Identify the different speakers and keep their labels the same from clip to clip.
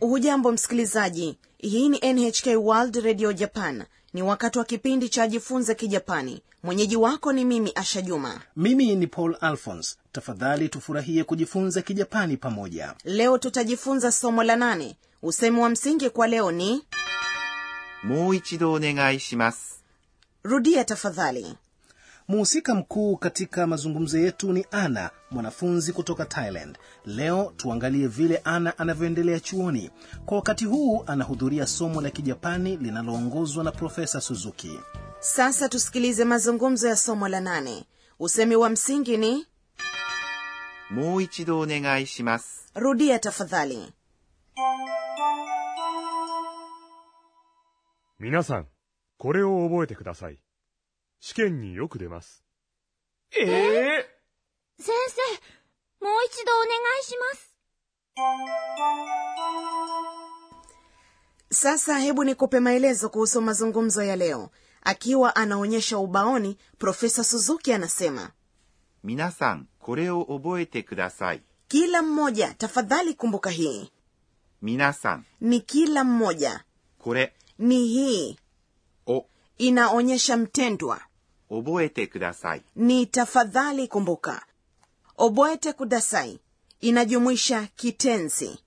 Speaker 1: hujambo msikilizaji hii ni nhk world radio japan ni wakati wa kipindi cha jifunze kijapani mwenyeji wako ni mimi asha juma
Speaker 2: mimi ni paul alphons tafadhali tufurahie kujifunza kijapani pamoja
Speaker 1: leo tutajifunza somo la nane usemi wa msingi kwa leo ni
Speaker 3: もう一度お願いします。
Speaker 1: rudia tafadhali
Speaker 2: muhusika mkuu katika mazungumzo yetu ni ana mwanafunzi kutoka thailand leo tuangalie vile ana anavyoendelea chuoni kwa wakati huu anahudhuria somo la kijapani linaloongozwa na profesa suzuki
Speaker 1: sasa tusikilize mazungumzo ya somo la nane usemi wa msingi ni
Speaker 3: もう一度お願いします。
Speaker 1: rudia tafadhali
Speaker 4: 皆さん、これを覚えてください。試験によく出ます。
Speaker 5: 先生、もう一度お願いします。
Speaker 1: sasa hebu nikupe maelezo kuhusu mazungumzo ya leo akiwa anaonyesha ubaoni profesa suzuki anasema
Speaker 3: 皆さん、これを覚えてください。
Speaker 1: kila mmoja tafadhali kumbuka hii
Speaker 3: 皆さん、
Speaker 1: ni kila mmoja
Speaker 3: これ
Speaker 1: ni hii
Speaker 3: を
Speaker 1: inaonyesha mtendwa
Speaker 3: 覚えてください。
Speaker 1: ni tafadhali kumbuka oboete kudasai inajumuisha kitenzi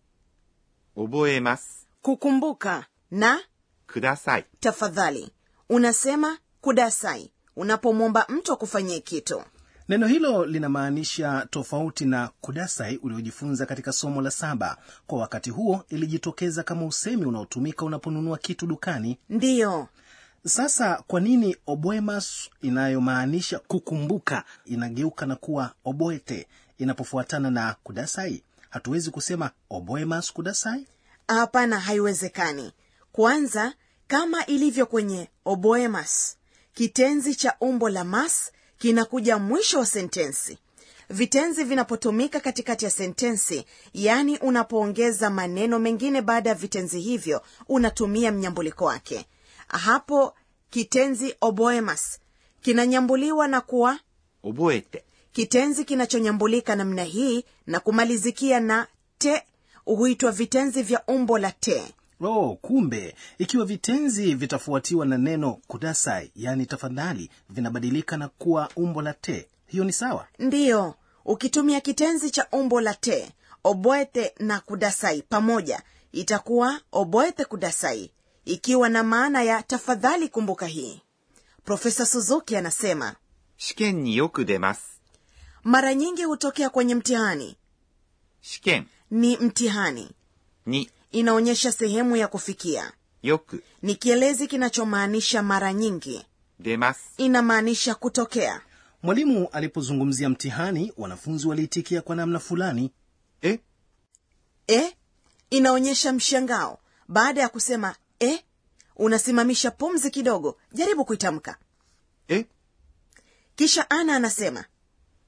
Speaker 3: 覚えます。
Speaker 1: kukumbuka na
Speaker 3: ください。
Speaker 1: tafadhali unasema kudasai unapomwomba mtu akufanyie kitu
Speaker 2: neno hilo linamaanisha tofauti na kudasai uliojifunza katika somo la saba kwa wakati huo ilijitokeza kama usemi unaotumika unaponunua kitu dukani
Speaker 1: ndiyo
Speaker 2: sasa kwa nini oboemas inayomaanisha kukumbuka inageuka na kuwa oboete inapofuatana na kudasai hatuwezi kusema oboemas kudasai
Speaker 1: hapana haiwezekani kwanza kama ilivyo kwenye oboemas kitenzi cha umbo la mas kinakuja mwisho wa sentensi vitenzi vinapotumika katikati ya sentensi yaani unapoongeza maneno mengine baada ya vitenzi hivyo unatumia mnyambuliko wake hapo kitenzi oboemas kinanyambuliwa na kuwa
Speaker 3: 覚えて、
Speaker 1: kitenzi kinachonyambulika namna hii na kumalizikia na te huitwa vitenzi vya umbo la te
Speaker 2: oh kumbe ikiwa vitenzi vitafuatiwa na neno kudasai yaani tafadhali vinabadilika na kuwa umbo la te hiyo ni sawa
Speaker 1: ndiyo ukitumia kitenzi cha umbo la te oboete na kudasai pamoja itakuwa oboete kudasai ikiwa na maana ya tafadhali kumbuka hii profesa suzuki anasema
Speaker 3: 試験によく出ます。
Speaker 1: mara nyingi hutokea kwenye mtihani
Speaker 3: 試験
Speaker 1: ni mtihani
Speaker 3: に
Speaker 1: inaonyesha sehemu ya kufikia
Speaker 3: よく
Speaker 1: ni kielezi kinachomaanisha mara nyingi
Speaker 3: 出ます。
Speaker 1: inamaanisha kutokea
Speaker 2: mwalimu alipozungumzia mtihani wanafunzi waliitikia kwa namna fulani
Speaker 3: え
Speaker 1: e inaonyesha mshangao baada ya kusema e unasimamisha pumzi kidogo jaribu kuitamka
Speaker 3: え
Speaker 1: kisha ana anasema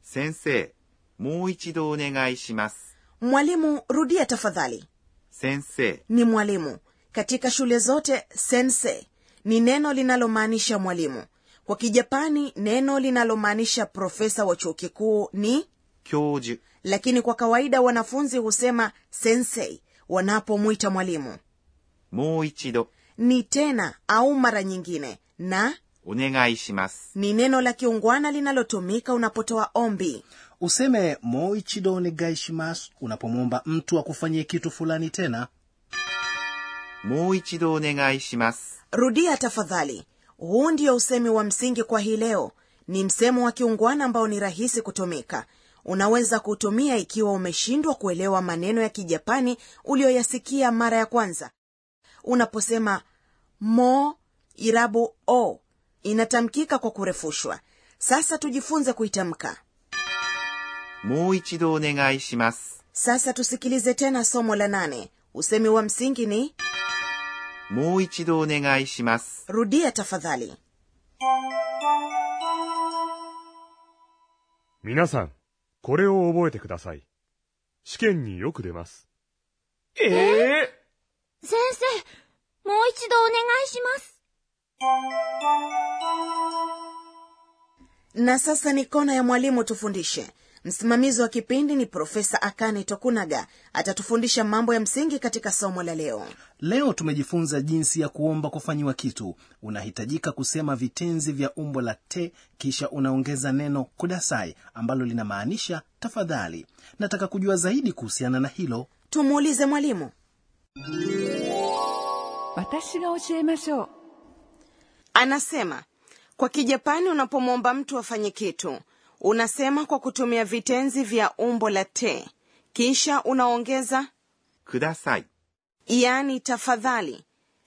Speaker 3: 先生、もう一度お願いします。
Speaker 1: mwalimu rudia tafadhali
Speaker 3: 先生、
Speaker 1: ni mwalimu katika shule zote sense ni neno linalomaanisha mwalimu kwa kijapani neno linalomaanisha profesa wa chuo kikuu ni
Speaker 3: 教授、
Speaker 1: lakini kwa kawaida wanafunzi husema sensei wanapomwita mwalimu
Speaker 3: もう一度
Speaker 1: ni tena au mara nyingine na
Speaker 3: お願いします。
Speaker 1: ni neno la kiungwana linalotumika unapotoa ombi
Speaker 2: useme moichido negaishimas unapomwomba mtu akufanyie kitu fulani tena
Speaker 3: もう一度お願いします。
Speaker 1: rudia tafadhali huu ndio usemi wa msingi kwa hii leo ni msemo wa kiungwana ambao ni rahisi kutumika unaweza kuutumia ikiwa umeshindwa kuelewa maneno ya kijapani uliyoyasikia mara ya kwanza unaposema mo irabu o inatamkika kwa kurefushwa sasa tujifunze kuitamka
Speaker 3: もう一度お願いします。
Speaker 1: sasa tusikilize tena somo la nane usemi wa msingi ni
Speaker 3: もう一度お願いします。
Speaker 1: rudia tafadhali
Speaker 4: 皆さん、これを覚えてください。試験によく出ます。
Speaker 5: 先生、もう一度お願いします。
Speaker 1: na sasa ni kona ya mwalimu tufundishe msimamizi wa kipindi ni profesa akane tokunaga atatufundisha mambo ya msingi katika somo la leo
Speaker 2: leo tumejifunza jinsi ya kuomba kufanyiwa kitu unahitajika kusema vitenzi vya umbo la te kisha unaongeza neno kudasai ambalo linamaanisha tafadhali nataka kujua zaidi kuhusiana na hilo
Speaker 1: tumuulize mwalimu
Speaker 6: 私が教えましょう
Speaker 1: anasema kwa kijapani unapomwomba mtu afanye kitu unasema kwa kutumia vitenzi vya umbo la te kisha unaongeza
Speaker 3: ください
Speaker 1: yaani tafadhali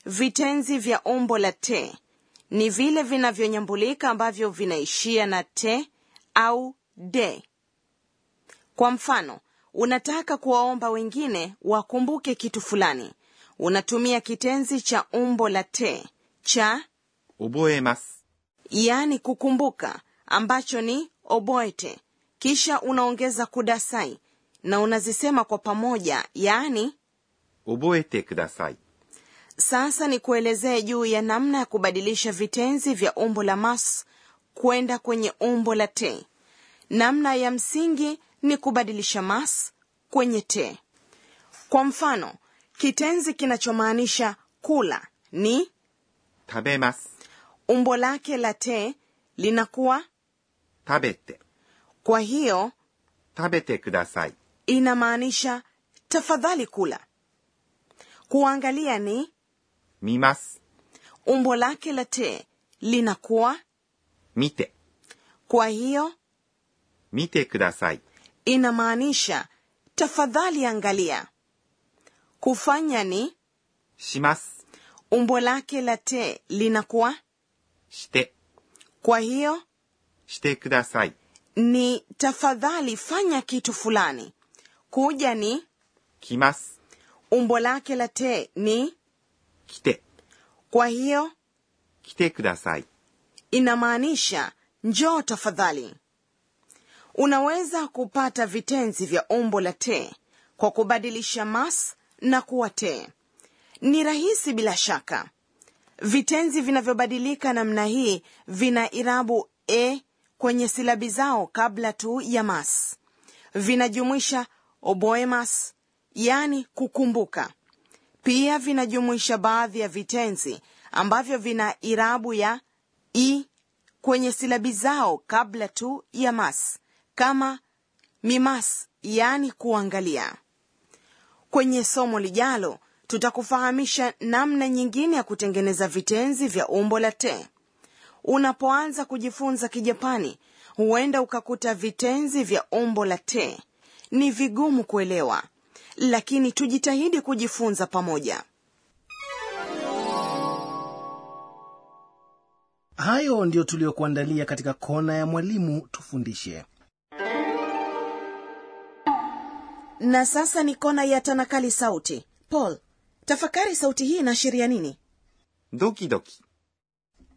Speaker 1: vitenzi vya umbo la te ni vile vinavyonyambulika ambavyo vinaishia na te au de kwa mfano unataka kuwaomba wengine wakumbuke kitu fulani unatumia kitenzi cha umbo la te cha
Speaker 3: 覚えます。
Speaker 1: yaani kukumbuka ambacho ni oboete kisha unaongeza kudasai na unazisema kwa pamoja yaani
Speaker 3: 覚えてください。
Speaker 1: sasa ni kuelezee juu ya namna ya kubadilisha vitenzi vya umbo la mas kwenda kwenye umbo la te namna ya msingi ni kubadilisha mas kwenye te kwa mfano kitenzi kinachomaanisha kula ni
Speaker 3: 食べます。
Speaker 1: umbo lake la te linakuwa
Speaker 3: 食べて。
Speaker 1: kwa hiyo
Speaker 3: 食べてください。
Speaker 1: inamaanisha tafadhali kula kuangalia ni
Speaker 3: 見ます。
Speaker 1: umbo lake la te linakuwa
Speaker 3: 見て。
Speaker 1: kwa hiyo
Speaker 3: 見てください。
Speaker 1: inamaanisha tafadhali angalia kufanya ni
Speaker 3: します。
Speaker 1: umbo lake la te linakuwa
Speaker 3: して。
Speaker 1: kwa hiyo
Speaker 3: してください。
Speaker 1: ni tafadhali fanya kitu fulani kuja ni
Speaker 3: 来ます。
Speaker 1: umbo lake la te ni
Speaker 3: 来て。
Speaker 1: kwa hiyo
Speaker 3: 来てください。
Speaker 1: inamaanisha njoo tafadhali unaweza kupata vitenzi vya umbo la te kwa kubadilisha mas na kuwa te ni rahisi bila shaka vitenzi vinavyobadilika namna hii vina irabu e kwenye silabi zao kabla tu ya mas vinajumuisha oboemas yani kukumbuka pia vinajumuisha baadhi ya vitenzi ambavyo vina irabu ya i kwenye silabi zao kabla tu ya mas kama mimas yaani kuangalia kwenye somo lijalo tutakufahamisha namna nyingine ya kutengeneza vitenzi vya umbo la te unapoanza kujifunza kijapani huenda ukakuta vitenzi vya umbo la te ni vigumu kuelewa lakini tujitahidi kujifunza pamoja
Speaker 2: hayo ndiyo tuliyokuandalia katika kona ya mwalimu tufundishe
Speaker 1: na sasa ni kona ya tanakali sauti paul tafakari sauti hii inaashiria nini
Speaker 3: ドキドキ。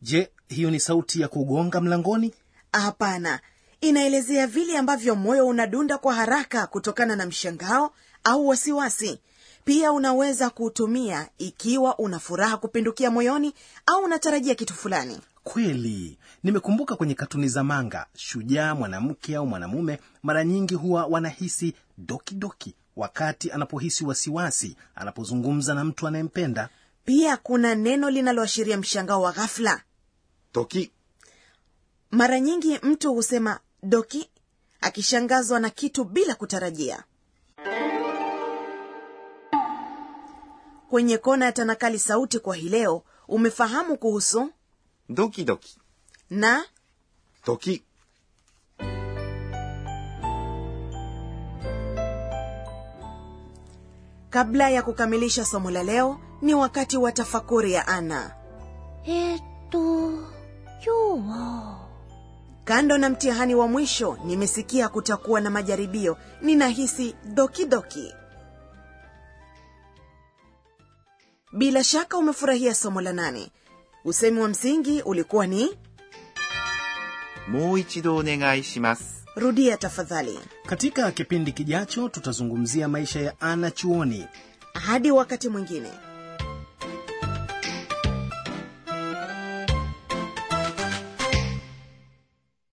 Speaker 2: je hiyo ni sauti ya kugonga mlangoni
Speaker 1: hapana inaelezea vile ambavyo moyo unadunda kwa haraka kutokana na mshangao au wasiwasi pia unaweza kuutumia ikiwa una furaha kupindukia moyoni au unatarajia kitu fulani
Speaker 2: kweli nimekumbuka kwenye katuni za manga shujaa mwanamke au mwanamume mara nyingi huwa wanahisi dokidoki wakati anapohisi wasiwasi anapozungumza na mtu anayempenda
Speaker 1: pia kuna neno linaloashiria mshangao wa ghafla
Speaker 3: ドキ。
Speaker 1: mara nyingi mtu husema doki akishangazwa na kitu bila kutarajia kwenye kona ya tanakali sauti kwa hii leo umefahamu kuhusu
Speaker 3: ドキドキ。
Speaker 1: na
Speaker 3: ドキ。
Speaker 1: kabla ya kukamilisha somo la leo ni wakati wa tafakuri ya ana
Speaker 5: えーっと、今日は、
Speaker 1: kando na mtihani wa mwisho nimesikia kutakuwa na majaribio ninahisi dokidoki bila shaka umefurahia somo la nane usemi wa msingi ulikuwa ni
Speaker 3: もう一度お願いします。
Speaker 1: rudia tafadhali
Speaker 2: katika kipindi kijacho tutazungumzia maisha ya ana chuoni
Speaker 1: hadi wakati mwingine